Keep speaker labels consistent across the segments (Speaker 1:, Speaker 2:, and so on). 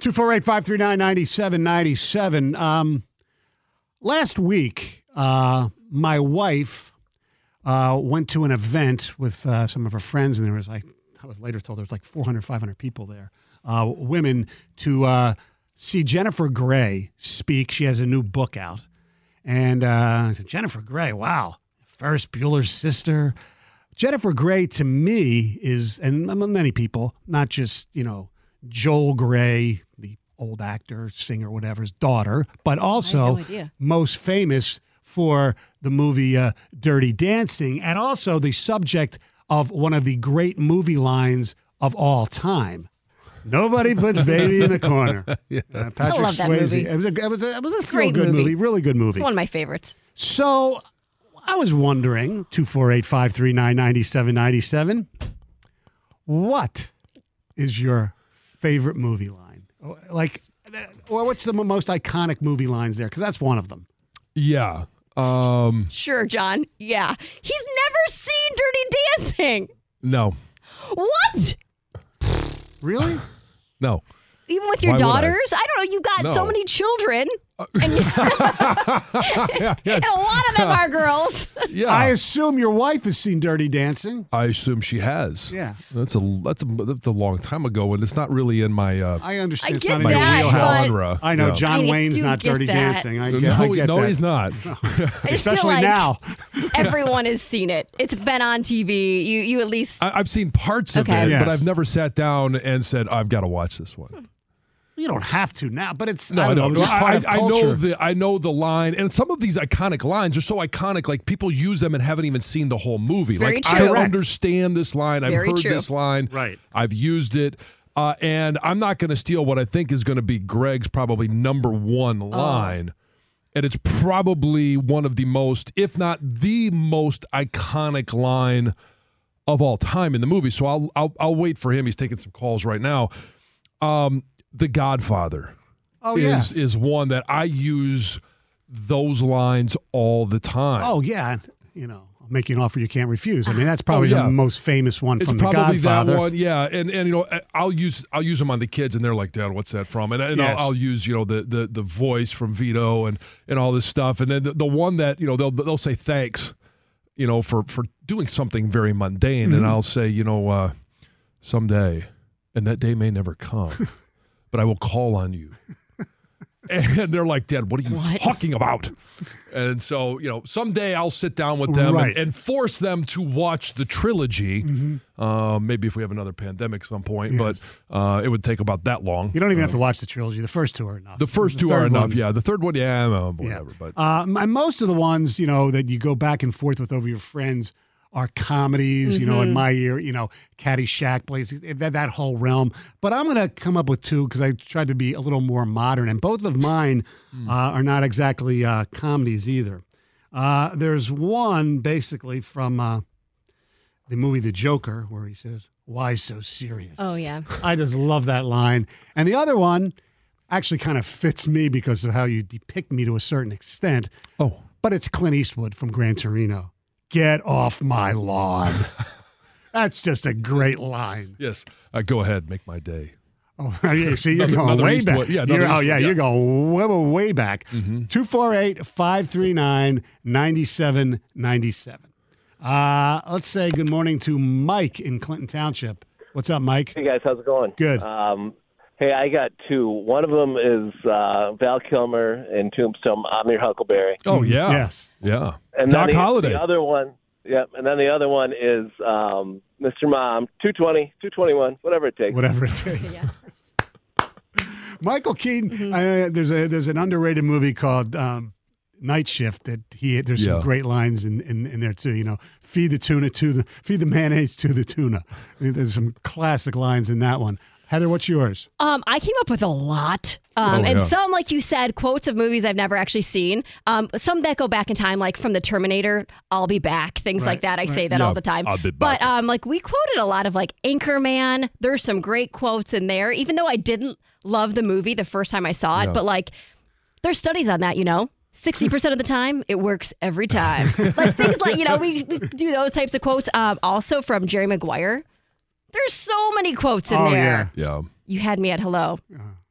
Speaker 1: 248 539 9797. Um, last week, uh, my wife uh, went to an event with uh, some of her friends, and there was, I, I was later told, there was like 400, 500 people there, uh, women, to uh, see Jennifer Gray speak. She has a new book out. And uh, I said, Jennifer Gray, wow, Ferris Bueller's sister. Jennifer Gray to me is, and m- many people, not just, you know, Joel Gray, the old actor, singer, whatever's daughter, but also
Speaker 2: idea.
Speaker 1: most famous for the movie uh, Dirty Dancing and also the subject of one of the great movie lines of all time. Nobody puts baby in a corner. Uh, Patrick
Speaker 2: love that
Speaker 1: Swayze.
Speaker 2: movie.
Speaker 1: It was a, it was a, it was a
Speaker 2: great
Speaker 1: good
Speaker 2: movie.
Speaker 1: movie. really good movie.
Speaker 2: It's one of my favorites.
Speaker 1: So I was wondering, 248-539-9797, what is your favorite movie line? Or, Like, uh, or what's the mo- most iconic movie lines there? Because that's one of them.
Speaker 3: Yeah. Um,
Speaker 2: Sure, John. Yeah. He's never seen Dirty Dancing.
Speaker 3: no,
Speaker 2: What?
Speaker 1: Really?
Speaker 3: no.
Speaker 2: Even with your
Speaker 3: Why would I?
Speaker 2: daughters? I? don't know. You got so
Speaker 3: No. Uh,
Speaker 2: many children. And, you- and a lot of them are girls.
Speaker 3: Yeah.
Speaker 1: I
Speaker 3: I,
Speaker 1: assume your wife has seen Dirty Dancing.
Speaker 3: assume she has.
Speaker 1: Yeah.
Speaker 3: That's a that's a that's a long time ago, and it's not really in my uh,
Speaker 1: I understand.
Speaker 2: I
Speaker 1: it's
Speaker 2: get
Speaker 1: not in
Speaker 3: my
Speaker 1: your
Speaker 2: that,
Speaker 1: wheelhouse.
Speaker 2: but-
Speaker 3: genre.
Speaker 1: I know
Speaker 3: Yeah.
Speaker 1: John
Speaker 2: I mean, I
Speaker 1: Wayne's
Speaker 2: do
Speaker 1: not
Speaker 2: get
Speaker 1: Dirty
Speaker 2: that.
Speaker 1: Dancing. I get,
Speaker 3: no,
Speaker 1: I get
Speaker 3: no,
Speaker 1: that.
Speaker 3: he's not.
Speaker 2: I just feel
Speaker 1: Especially
Speaker 2: like
Speaker 1: now.
Speaker 2: Everyone has seen it. It's been on TV. You you at least
Speaker 3: I, I've seen parts of
Speaker 2: Okay.
Speaker 3: it,
Speaker 1: Yes.
Speaker 3: but I've never sat down and said I've got to watch this one.
Speaker 1: You don't have to now, but it's
Speaker 3: No,
Speaker 1: I
Speaker 3: I
Speaker 1: don't
Speaker 3: don't.
Speaker 1: know. It's part
Speaker 3: I,
Speaker 1: of
Speaker 3: I, I know
Speaker 1: culture.
Speaker 3: the I know the line, and some of these iconic lines are so iconic. Like people use them and haven't even seen the whole movie.
Speaker 2: very
Speaker 3: like
Speaker 2: true.
Speaker 3: I
Speaker 1: Correct.
Speaker 3: understand this line. I've
Speaker 2: very
Speaker 3: heard
Speaker 2: true.
Speaker 3: this line.
Speaker 1: Right.
Speaker 3: I've used it. Uh, and I'm not going to steal what I think is going to be Greg's probably number one
Speaker 1: Oh.
Speaker 3: line. And it's probably one of the most, if not the most iconic line of all time in the movie. So I'll, I'll, I'll wait for him. He's taking some calls right now. Um, the Godfather
Speaker 1: oh yeah.
Speaker 3: is, is one that I use those lines all the time.
Speaker 1: Oh yeah, and, you know, I'll make you an offer you can't refuse. I mean, that's probably
Speaker 3: Oh, yeah.
Speaker 1: the most famous one
Speaker 3: It's
Speaker 1: from The
Speaker 3: probably
Speaker 1: Godfather.
Speaker 3: that one, yeah. And and you know, I- I'll use I'll use them on the kids, and they're like, "Dad, what's that from?" And, and
Speaker 1: Yes.
Speaker 3: I'll, I'll use you know the, the the voice from Vito and and all this stuff. And then the, the one that you know they'll they'll say thanks, you know, for for doing something very mundane,
Speaker 1: Mm-hmm.
Speaker 3: and I'll say, you know, uh, someday, and that day may never come, but I will call on you. And they're like, Dad, what are you
Speaker 2: What?
Speaker 3: talking about? And so, you know, someday I'll sit down with them
Speaker 1: Right.
Speaker 3: and, and force them to watch the trilogy.
Speaker 1: Mm-hmm.
Speaker 3: Uh, maybe if we have another pandemic some point, but uh, it would take about that long.
Speaker 1: You don't even have to watch the trilogy. The first two are enough.
Speaker 3: the first two are
Speaker 1: third
Speaker 3: enough.
Speaker 1: ones-
Speaker 3: Yeah. The third one, yeah, uh,
Speaker 1: yeah.
Speaker 3: whatever. But
Speaker 1: Uh, m- most of the ones you know that you go back and forth with over your friends are comedies. You
Speaker 3: Mm-hmm.
Speaker 1: know, in my ear, you know, Caddyshack plays that that whole realm. But I'm gonna come up with two because I tried to be a little more modern, and both of mine
Speaker 3: Hmm.
Speaker 1: uh, are not exactly uh, comedies either. Uh, there's one basically from. Uh, the movie The Joker, where he says, Why so serious?
Speaker 2: Oh, yeah.
Speaker 1: I just love that line. And the other one actually kind of fits me because of how you depict me to a certain extent,
Speaker 3: oh,
Speaker 1: but it's Clint Eastwood from Gran Torino. Get off my lawn. That's just a great line.
Speaker 3: yes. Uh, go ahead, make my day.
Speaker 1: Oh, yeah, see, you're
Speaker 3: Another-
Speaker 1: going
Speaker 3: another
Speaker 1: way
Speaker 3: Eastwood.
Speaker 1: back.
Speaker 3: Yeah, another
Speaker 1: You're- oh,
Speaker 3: Eastwood,
Speaker 1: yeah,
Speaker 3: yeah. Mm-hmm.
Speaker 1: you're going way, way, way back. 248 539 9797. Uh, Let's say good morning to Mike in Clinton Township. What's up, Mike?
Speaker 4: Hey guys, how's it going?
Speaker 1: Good.
Speaker 4: Um, hey, I got two. One of them is uh, Val Kilmer in Tombstone. I'm your Huckleberry.
Speaker 3: Oh, yeah.
Speaker 1: Mm, Yes.
Speaker 3: Yeah.
Speaker 4: And
Speaker 3: Doc
Speaker 4: then the,
Speaker 3: Holliday.
Speaker 4: The other one, yep. And then the other one is um, Mr. Mom. Two twenty, two twenty-one, whatever it takes.
Speaker 1: Whatever it takes. Michael Keaton.
Speaker 2: Mm-hmm.
Speaker 1: Uh, there's a there's an underrated movie called um, Night Shift that he there's some
Speaker 3: Yeah.
Speaker 1: great lines in, in, in there too. You know, feed the tuna to the feed the mayonnaise to the tuna. I mean, There's some classic lines in that one. Heather, what's yours?
Speaker 2: Um, I came up with a lot. Um,
Speaker 3: Oh,
Speaker 2: and
Speaker 3: yeah.
Speaker 2: some, like you said, quotes of movies I've never actually seen. Um, some that go back in time, like from The Terminator, I'll be back, things like that. I say that
Speaker 3: Yeah,
Speaker 2: all the time.
Speaker 3: I'll be
Speaker 2: But
Speaker 3: back.
Speaker 2: um, like we quoted a lot of like Anchorman. There's some great quotes in there, even though I didn't love the movie the first time I saw it. But like there's studies on that, you know. 60% of the time, it works every time. like things like, you know, we, we do those types of quotes. Um, also from Jerry Maguire. There's so many quotes in
Speaker 1: Oh,
Speaker 2: there.
Speaker 1: yeah.
Speaker 3: yeah.
Speaker 2: You had me at hello.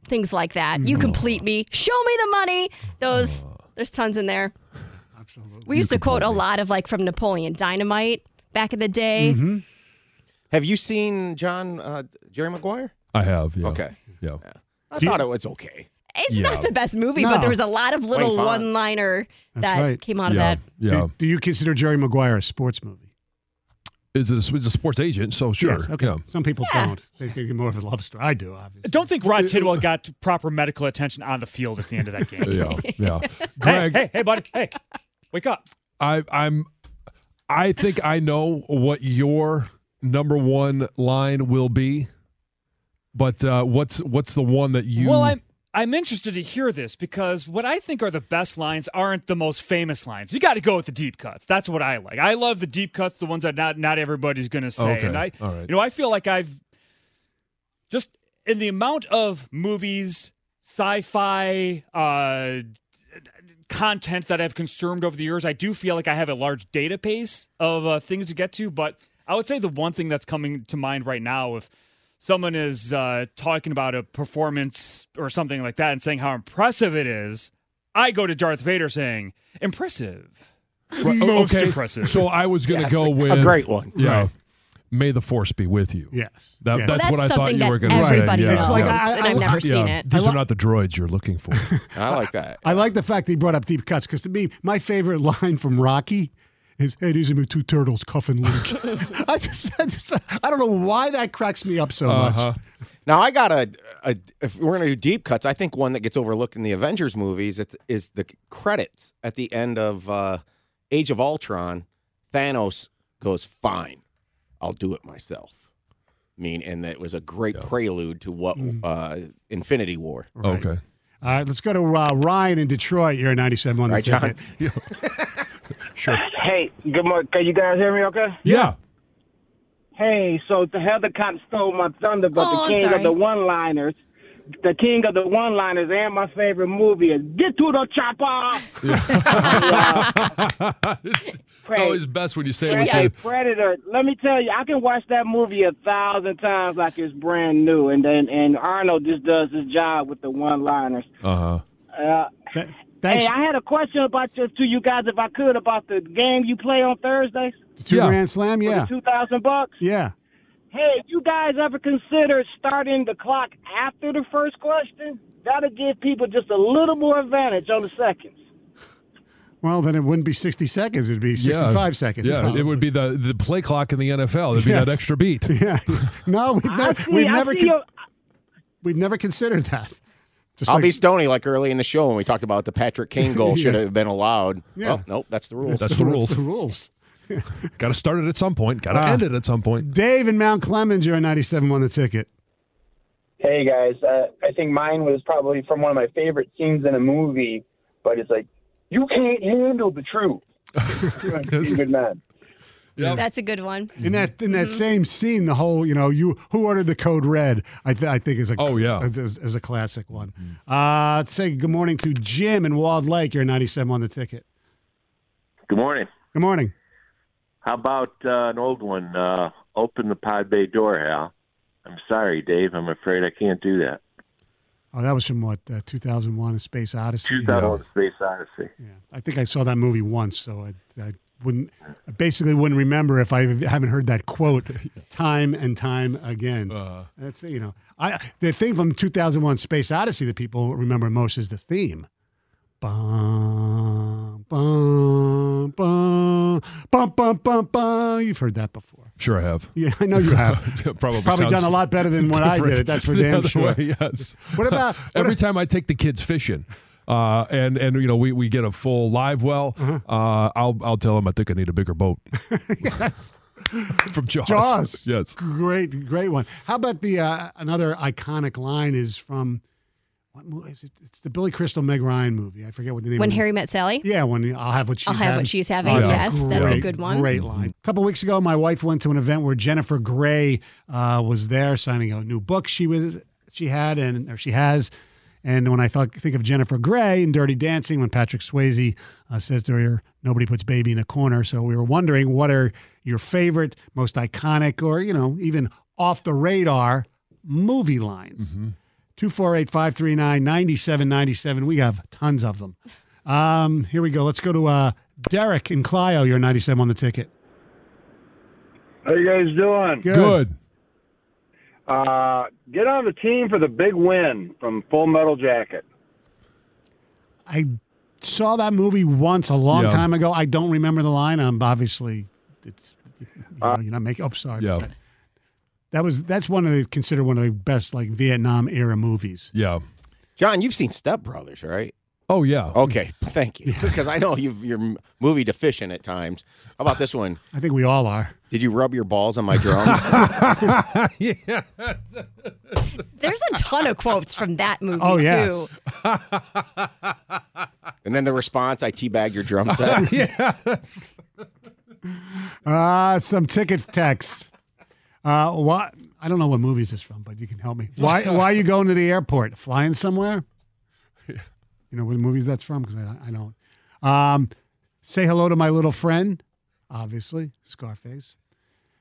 Speaker 2: things like that. You complete me. Show me the money. Those there's tons in there.
Speaker 1: Absolutely.
Speaker 2: We used to quote a lot of like from Napoleon Dynamite back in the day.
Speaker 1: Mm-hmm.
Speaker 5: Have you seen John uh, Jerry Maguire?
Speaker 3: I have. Yeah.
Speaker 5: Okay.
Speaker 3: Yeah.
Speaker 5: I thought it was okay.
Speaker 2: It's
Speaker 3: Yeah.
Speaker 2: not the best movie,
Speaker 1: No.
Speaker 2: but there was a lot of little
Speaker 5: Wayne Fonda.
Speaker 2: one-liner that
Speaker 1: right.
Speaker 2: came out of
Speaker 3: yeah.
Speaker 2: that.
Speaker 3: Yeah.
Speaker 1: Do, do you consider Jerry Maguire a sports movie?
Speaker 3: Is it a, it's a sports agent? So sure.
Speaker 1: Yes, okay.
Speaker 3: Yeah.
Speaker 1: Some people
Speaker 2: Yeah.
Speaker 1: don't. They think more of a love story. I do, obviously.
Speaker 6: I don't think Rod Tidwell got proper medical attention on the field at the end of that game.
Speaker 3: Yeah. Yeah.
Speaker 6: hey,
Speaker 3: Greg,
Speaker 6: hey, hey, buddy. Hey, wake up.
Speaker 3: I, I'm. I think I know what your number one line will be, but uh, what's what's the one that you?
Speaker 6: Well, I'm I'm interested to hear this because what I think are the best lines aren't the most famous lines. You got to go with the deep cuts. That's what I like. I love the deep cuts, the ones that not not everybody's going to say.
Speaker 3: Okay,
Speaker 6: And I,
Speaker 3: all right.
Speaker 6: you know, I feel like I've just in the amount of movies, sci-fi, uh, content that I've consumed over the years, I do feel like I have a large database of uh, things to get to. But I would say the one thing that's coming to mind right now, if someone is uh, talking about a performance or something like that and saying how impressive it is, I go to Darth Vader saying, impressive.
Speaker 3: Right, o-
Speaker 6: most impressive.
Speaker 3: So I was going to
Speaker 5: Yes,
Speaker 3: go
Speaker 5: a-
Speaker 3: Oh, with
Speaker 5: a great one.
Speaker 3: Yeah.
Speaker 1: Right.
Speaker 3: May the force be with you.
Speaker 1: Yes.
Speaker 3: That,
Speaker 1: yes.
Speaker 3: That's,
Speaker 2: Well,
Speaker 3: what I
Speaker 2: that's
Speaker 3: thought
Speaker 2: something
Speaker 3: you were
Speaker 2: that
Speaker 3: going to say.
Speaker 2: everybody
Speaker 3: yeah.
Speaker 2: knows,
Speaker 1: It's like,
Speaker 3: yeah.
Speaker 1: I-
Speaker 2: and I've never seen
Speaker 3: Yeah.
Speaker 2: it.
Speaker 3: These are not the droids you're looking for.
Speaker 5: I like that.
Speaker 1: I like the fact that he brought up deep cuts because to me, my favorite line from Rocky is "Hey, these are me two turtles cuffing Luke." I just, I just, I don't know why that cracks me up so
Speaker 3: Uh-huh.
Speaker 1: much.
Speaker 5: Now I got a, a if we're gonna do deep cuts, I think one that gets overlooked in the Avengers movies is, is the credits at the end of uh, Age of Ultron. Thanos goes, "Fine, I'll do it myself." I mean, and that was a great prelude to what
Speaker 3: Mm.
Speaker 5: uh, Infinity War.
Speaker 1: Right.
Speaker 3: Okay.
Speaker 1: All right, let's go to uh, Ryan in Detroit. You're 97 on the
Speaker 5: Right, John?
Speaker 1: ticket.
Speaker 3: Sure.
Speaker 7: Hey, good morning. Can you guys hear me okay?
Speaker 3: Yeah.
Speaker 7: Hey, so the Heather Cotton stole my thunder, but
Speaker 2: Oh, I'm
Speaker 7: the king
Speaker 2: sorry.
Speaker 7: of the one liners, the king of the one liners, and my favorite movie is Get to the Chopper.
Speaker 3: It's
Speaker 7: Pray-
Speaker 3: always best when you say it
Speaker 7: Pray-
Speaker 3: with the-
Speaker 7: Predator. Let me tell you, I can watch that movie a thousand times like it's brand new, and then and Arnold just does his job with the one liners.
Speaker 3: Uh-huh.
Speaker 7: Uh,
Speaker 1: Th- thanks,
Speaker 7: hey, I had a question about your, to you guys, if I could, about the game you play on Thursdays
Speaker 1: The two
Speaker 3: Yeah.
Speaker 1: grand slam.
Speaker 7: for
Speaker 1: Yeah,
Speaker 7: the two thousand bucks.
Speaker 1: yeah.
Speaker 7: Hey, you guys ever consider starting the clock after the first question? That'll give people just a little more advantage on the seconds.
Speaker 1: Well, then it wouldn't be 60 seconds; it'd be 65 seconds.
Speaker 3: Yeah,
Speaker 1: probably.
Speaker 3: it would be the, the play clock in the NFL. It'd be that
Speaker 1: Yes.
Speaker 3: extra beat.
Speaker 1: Yeah. No, we've
Speaker 7: I
Speaker 1: never,
Speaker 7: see,
Speaker 1: we've
Speaker 7: I
Speaker 1: never,
Speaker 7: see
Speaker 1: con-
Speaker 7: your-
Speaker 1: we've never considered that. Just
Speaker 5: I'll
Speaker 1: like-
Speaker 5: be stony like early in the show when we talked about the Patrick Kane goal should have been allowed.
Speaker 1: Yeah.
Speaker 5: Well, nope, that's the rules.
Speaker 3: That's the rules.
Speaker 1: The rules.
Speaker 3: Got to start it at some point. Got to
Speaker 1: Ah.
Speaker 3: end it at some point.
Speaker 1: Dave and Mount Clemens, you're 97 on the ticket.
Speaker 8: Hey guys, uh, I think mine was probably from one of my favorite scenes in a movie, but it's like, you can't handle the truth. You're a good man.
Speaker 2: That's a good one.
Speaker 3: Mm-hmm.
Speaker 1: In that in that same scene, the whole you know you who ordered the code red, I, th- I think is a
Speaker 3: Oh, yeah. Mm-hmm.
Speaker 1: is, is a classic one. Uh, let's say good morning to Jim in Walled Lake. You're 97 on the ticket.
Speaker 9: Good morning.
Speaker 1: Good morning.
Speaker 9: How about uh, an old one? Uh, open the pod bay door, Hal. I'm sorry, Dave. I'm afraid I can't do that.
Speaker 1: Oh, that was from what uh, 2001: A Space Odyssey.
Speaker 9: That old Space Odyssey.
Speaker 1: Yeah, I think I saw that movie once, so I, I wouldn't I basically wouldn't remember if I haven't heard that quote time and time again.
Speaker 3: uh,
Speaker 1: That's you know, I the thing from 2001: Space Odyssey that people remember most is the theme. Bum, bum, bum, bum, bum, bum, bum. You've heard that before.
Speaker 3: Sure, I have.
Speaker 1: Yeah, I know you have.
Speaker 3: Probably
Speaker 1: Probably
Speaker 3: sounds
Speaker 1: done a lot better than when I did
Speaker 3: different
Speaker 1: it. That's for
Speaker 3: the
Speaker 1: damn
Speaker 3: other
Speaker 1: sure.
Speaker 3: way, yes.
Speaker 1: What about- what
Speaker 3: every
Speaker 1: a-
Speaker 3: time I take the kids fishing? Uh, and and you know we, we get a full live well.
Speaker 1: Uh-huh.
Speaker 3: Uh, I'll I'll tell them I think I need a bigger boat
Speaker 1: Yes.
Speaker 3: from Jaws.
Speaker 1: Jaws.
Speaker 3: Yes.
Speaker 1: Great, great one. How about the uh, another iconic line is from what movie is it? It's the Billy Crystal Meg Ryan movie. I forget what the name.
Speaker 2: When
Speaker 1: of the-
Speaker 2: Harry met Sally.
Speaker 1: Yeah, when I'll have what she's
Speaker 2: I'll have
Speaker 1: having.
Speaker 2: what she's having.
Speaker 1: that's a
Speaker 2: yes, that's a
Speaker 1: great,
Speaker 2: good one.
Speaker 1: Great line. A couple weeks ago, my wife went to an event where Jennifer Grey uh, was there signing a new book she was she had and or she has. And when I thought, think of Jennifer Grey in Dirty Dancing, when Patrick Swayze uh, says to her, "Nobody puts baby in a corner," so we were wondering what are your favorite, most iconic, or you know, even off the radar movie lines. 248 539 9797. We have tons of them. Um, here we go. Let's go to uh, Derek in Clio. You're 97 on the ticket.
Speaker 10: How you guys doing? Uh, get on the team for the big win from Full Metal Jacket.
Speaker 1: I saw that movie once a long
Speaker 10: Yeah.
Speaker 1: time ago. I don't remember the line. I'm obviously it's you know, you're not making. Oh, sorry.
Speaker 3: Yeah.
Speaker 1: That was that's one of the considered one of the best like Vietnam era movies.
Speaker 3: Yeah.
Speaker 5: John, you've seen Step Brothers, right?
Speaker 3: Oh yeah.
Speaker 5: Okay, thank you. Because I know you've, you're m- movie deficient at times. How about this one?
Speaker 1: I think we all are.
Speaker 5: Did you rub your balls on my drums?
Speaker 3: yeah.
Speaker 2: There's a ton of quotes from that movie
Speaker 5: Oh,
Speaker 2: too.
Speaker 5: yes. and then the response, I teabag your drum set.
Speaker 3: yes.
Speaker 1: Uh, some ticket text. Uh, why? I don't know what movie is this from, but you can help me. Why? Why are you going to the airport? Flying somewhere? You know what movies that's from? Because I, I don't. Um, say hello to my little friend. Obviously, Scarface.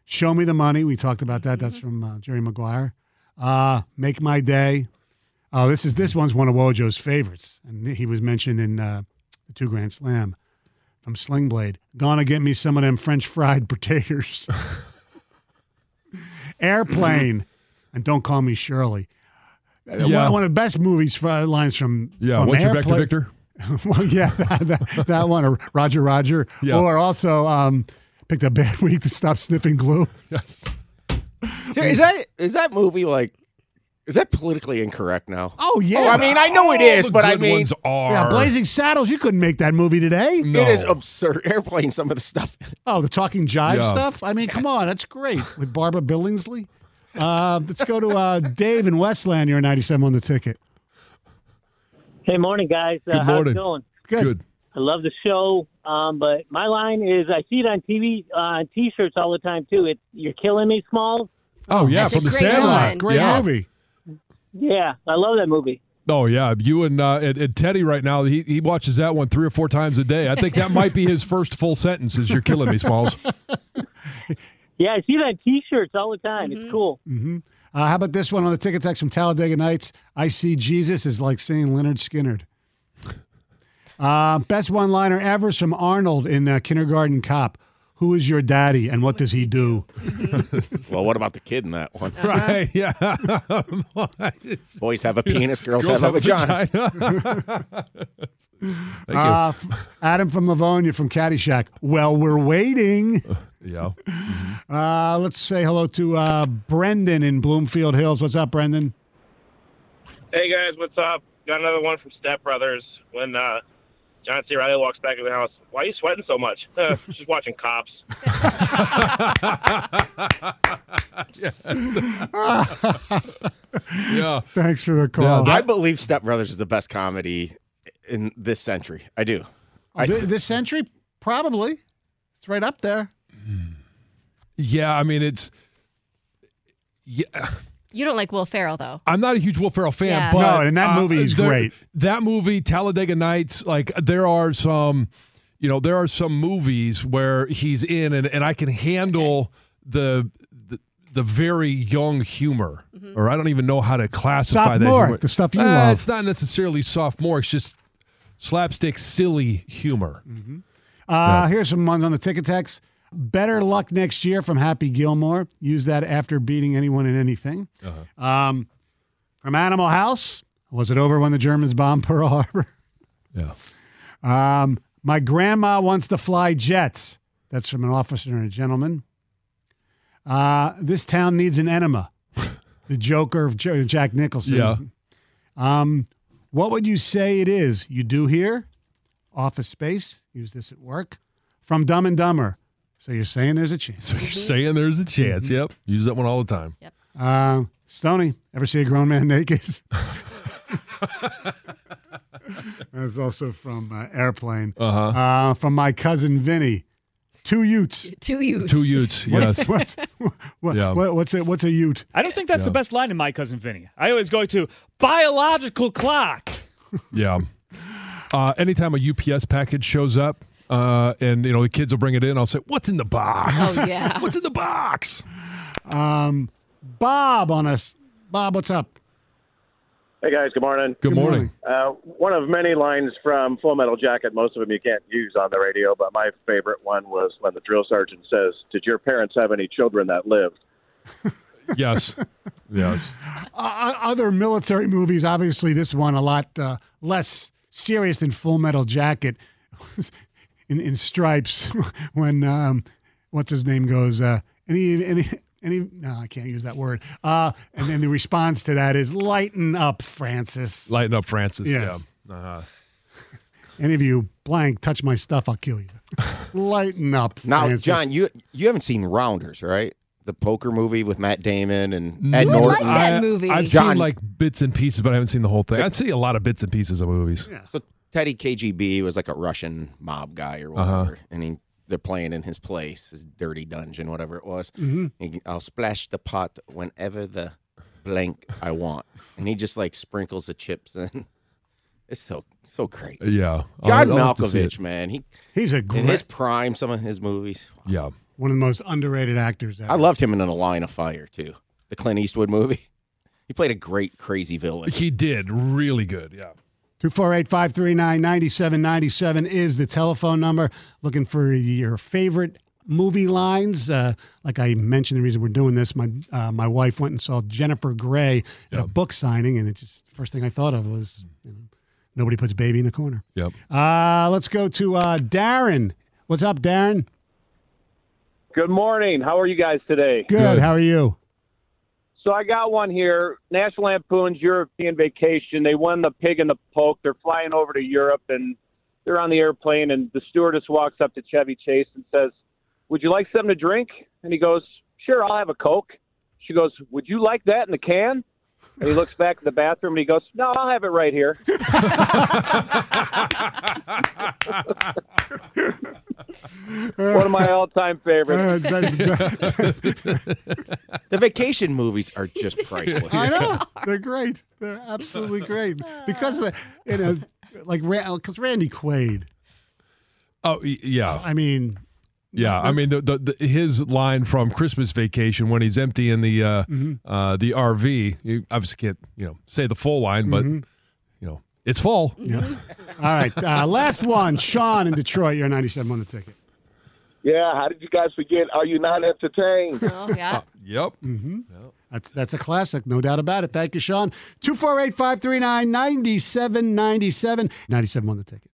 Speaker 1: Show me the money. We talked about that. That's from uh, Jerry Maguire. Uh, Make my day. Oh, this is this one's one of Wojo's favorites, and he was mentioned in uh, the Two Grand Slam from Sling Blade. Gonna get me some of them French fried potatoes. Airplane, and don't call me Shirley. Uh,
Speaker 3: Yeah.
Speaker 1: One, one of the best movies for uh, lines from
Speaker 3: Yeah,
Speaker 1: From
Speaker 3: what's your vector,
Speaker 1: Airplane-
Speaker 3: Victor?
Speaker 1: well, yeah, that, that, that one, or Roger Roger,
Speaker 3: Yeah.
Speaker 1: or also um, picked a bad week to stop sniffing glue.
Speaker 5: is that is that movie like? Is that politically incorrect now?
Speaker 1: Oh yeah,
Speaker 5: I mean, I know it
Speaker 1: Oh,
Speaker 5: is, but I mean,
Speaker 1: yeah, Blazing Saddles. You couldn't make that movie today.
Speaker 3: Mm.
Speaker 5: It is absurd. Airplane, some of the stuff.
Speaker 1: Oh, the talking jive
Speaker 5: Yeah.
Speaker 1: stuff. I mean, come on, that's great with Barbara Billingsley. Uh, let's go to uh, Dave in Westland. You're 97 on the ticket.
Speaker 11: Hey, morning, guys.
Speaker 1: Good
Speaker 11: uh, How's
Speaker 1: morning.
Speaker 11: it going?
Speaker 1: Good. Good.
Speaker 11: I love the show, um, but my line is I see it on TV, uh, on T-shirts all the time too. It's "You're Killing Me, Smalls."
Speaker 3: Oh yeah,
Speaker 11: That's
Speaker 3: from
Speaker 11: a
Speaker 3: the
Speaker 11: great
Speaker 3: Sandlot.
Speaker 11: line. Great
Speaker 3: yeah.
Speaker 11: movie. Yeah, I love that movie.
Speaker 3: Oh yeah, you and uh, and, and Teddy right now. He, he watches that one three or four times a day. I think that might be his first full sentence. Is you're killing me, Smalls.
Speaker 11: Yeah, I see it on T-shirts all the time. It's cool.
Speaker 1: hmm Uh, how about this one on the ticket text from Talladega Nights? I see Jesus is like singing Leonard Skinner. Uh, best one liner ever is from Arnold in uh, Kindergarten Cop. Who is your daddy and what does he do?
Speaker 5: well, what about the kid in that one?
Speaker 3: Right? Yeah.
Speaker 5: Boys have a penis, girls, have, a vagina.
Speaker 3: you.
Speaker 1: Uh, f- Adam from Livonia from Caddyshack. Well, we're waiting.
Speaker 3: yeah.
Speaker 1: Uh, let's say hello to uh, Brendan in Bloomfield Hills. What's up, Brendan?
Speaker 12: Hey guys, what's up? Got another one from Step Brothers. When uh, John C. Riley walks back in the house, why are you sweating so much? Uh, just watching cops.
Speaker 3: yeah.
Speaker 1: Thanks for the call.
Speaker 5: I believe Step Brothers is the best comedy in this century. I do. I,
Speaker 1: Th- Oh, this century? Probably. It's right up there.
Speaker 3: Yeah. I mean, it's. Yeah,
Speaker 2: You don't like Will Ferrell though.
Speaker 3: I'm not a huge Will Ferrell fan,
Speaker 2: Yeah.
Speaker 3: but uh,
Speaker 1: No, and that movie is
Speaker 3: there-
Speaker 1: great.
Speaker 3: That movie, Talladega Nights, like there are some, you know, there are some movies where he's in, and, and I can handle the, the the very young humor, or I don't even know how to classify that.
Speaker 1: Sophomoric,
Speaker 3: humor.
Speaker 1: the stuff you
Speaker 3: Eh,
Speaker 1: love.
Speaker 3: It's not necessarily sophomore. It's just slapstick, silly humor.
Speaker 1: Uh, Here's some ones on the ticket text. Better luck next year from Happy Gilmore. Use that after beating anyone in anything. Um, from Animal House. Was it over when the Germans bombed Pearl Harbor?
Speaker 3: Yeah.
Speaker 1: Um, my grandma wants to fly jets. That's from an officer and a gentleman. Uh, this town needs an enema. the Joker of Jo- Jack Nicholson.
Speaker 3: Yeah.
Speaker 1: Um, what would you say it is you do here? Office space. Use this at work. From Dumb and Dumber. So you're saying there's a chance.
Speaker 3: You're saying there's a chance. Yep. Use that one all the time.
Speaker 1: Uh, Stony, ever see a grown man naked? That's also from uh, Airplane.
Speaker 3: Uh-huh.
Speaker 1: Uh, from my cousin Vinny. Two Utes.
Speaker 2: Two Utes.
Speaker 3: Two Utes. Yes.
Speaker 1: What's, what,
Speaker 3: Yeah.
Speaker 1: what- what's, a, what's a Ute?
Speaker 6: I don't think that's
Speaker 3: Yeah.
Speaker 6: the best line in My Cousin Vinny. I always go to biological clock.
Speaker 3: Yeah. Uh, anytime a UPS package shows up, uh, and you know the kids will bring it in, I'll say, "What's in the box?
Speaker 2: Oh yeah.
Speaker 3: What's in the box?"
Speaker 1: Um, Bob on us. Bob, what's up?
Speaker 13: Hey guys, good morning.
Speaker 3: Good morning.
Speaker 13: Uh, one of many lines from Full Metal Jacket. Most of them you can't use on the radio, but my favorite one was when the drill sergeant says, "Did your parents have any children that lived?"
Speaker 3: Yes. yes.
Speaker 1: Uh, other military movies, obviously, this one a lot uh, less serious than Full Metal Jacket. in, in Stripes, when um, what's his name goes, uh, any any any, no, I can't use that word. Uh, and then the response to that is lighten up, Francis.
Speaker 3: Lighten up, Francis.
Speaker 1: Yes.
Speaker 3: Yeah. Uh-huh.
Speaker 1: Any of you blank touch my stuff, I'll kill you. lighten up,
Speaker 5: Now,
Speaker 1: Francis.
Speaker 5: John, you you haven't seen Rounders, right? The poker movie with Matt Damon and Ed
Speaker 3: No.
Speaker 5: Norton.
Speaker 3: Mm-hmm. I, I've seen like bits and pieces, but I haven't seen the whole thing. I see a lot of bits and pieces of movies.
Speaker 5: So Teddy KGB was like a Russian mob guy or
Speaker 3: Uh-huh.
Speaker 5: whatever, and he they're playing in his place, his dirty dungeon, whatever it was.
Speaker 3: Mhm.
Speaker 5: And he- I'll splash the pot whenever the blank I want, and he just like sprinkles the chips in. It's so so great.
Speaker 3: Yeah. I'll-
Speaker 5: John
Speaker 3: I'll have to see
Speaker 5: Malkovich,
Speaker 3: it.
Speaker 5: man, he
Speaker 1: He's a
Speaker 5: in his
Speaker 1: great-
Speaker 5: prime. Some of his movies,
Speaker 3: yeah.
Speaker 1: One of the most underrated actors ever.
Speaker 5: I loved him in A Line of Fire too, the Clint Eastwood movie. He played a great crazy villain.
Speaker 3: He did really good. Yeah.
Speaker 1: 248 539 9797 is the telephone number. Looking for your favorite movie lines. Uh, like I mentioned, the reason we're doing this, my uh, my wife went and saw Jennifer Gray at a book signing, and it just first thing I thought of was you know, nobody puts baby in a corner.
Speaker 3: Yep.
Speaker 1: Uh, let's go to uh, Darren. What's up, Darren?
Speaker 14: Good morning. How are you guys today?
Speaker 1: Good. How are you?
Speaker 14: So I got one here. National Lampoon's European Vacation. They won the pig and the poke. They're flying over to Europe and they're on the airplane and the stewardess walks up to Chevy Chase and says, "Would you like something to drink?" And he goes, "Sure, I'll have a coke." She goes, "Would you like that in the can?" And he looks back in the bathroom and he goes, "No, I'll have it right here." One of my all-time
Speaker 1: Uh,
Speaker 14: favorites.
Speaker 5: the vacation movies are just priceless.
Speaker 1: I know they're great. They're absolutely great because of the, you know, like because Randy Quaid.
Speaker 3: Oh y- yeah.
Speaker 1: I mean,
Speaker 3: Yeah, I mean the, the, the his line from Christmas Vacation when he's empty in the uh,
Speaker 1: Mhm.
Speaker 3: uh, the RV. You obviously can't you know say the full line, but
Speaker 1: Mhm.
Speaker 3: you know it's full.
Speaker 1: All right, uh, last one, Sean in Detroit. You're 97 on the ticket.
Speaker 15: Yeah, how did you guys forget? Are you not entertained?
Speaker 2: Oh, yeah.
Speaker 3: Yep.
Speaker 1: Mm-hmm. That's that's a classic, no doubt about it. Thank you, Sean. 248 539 9797. 97 on the ticket.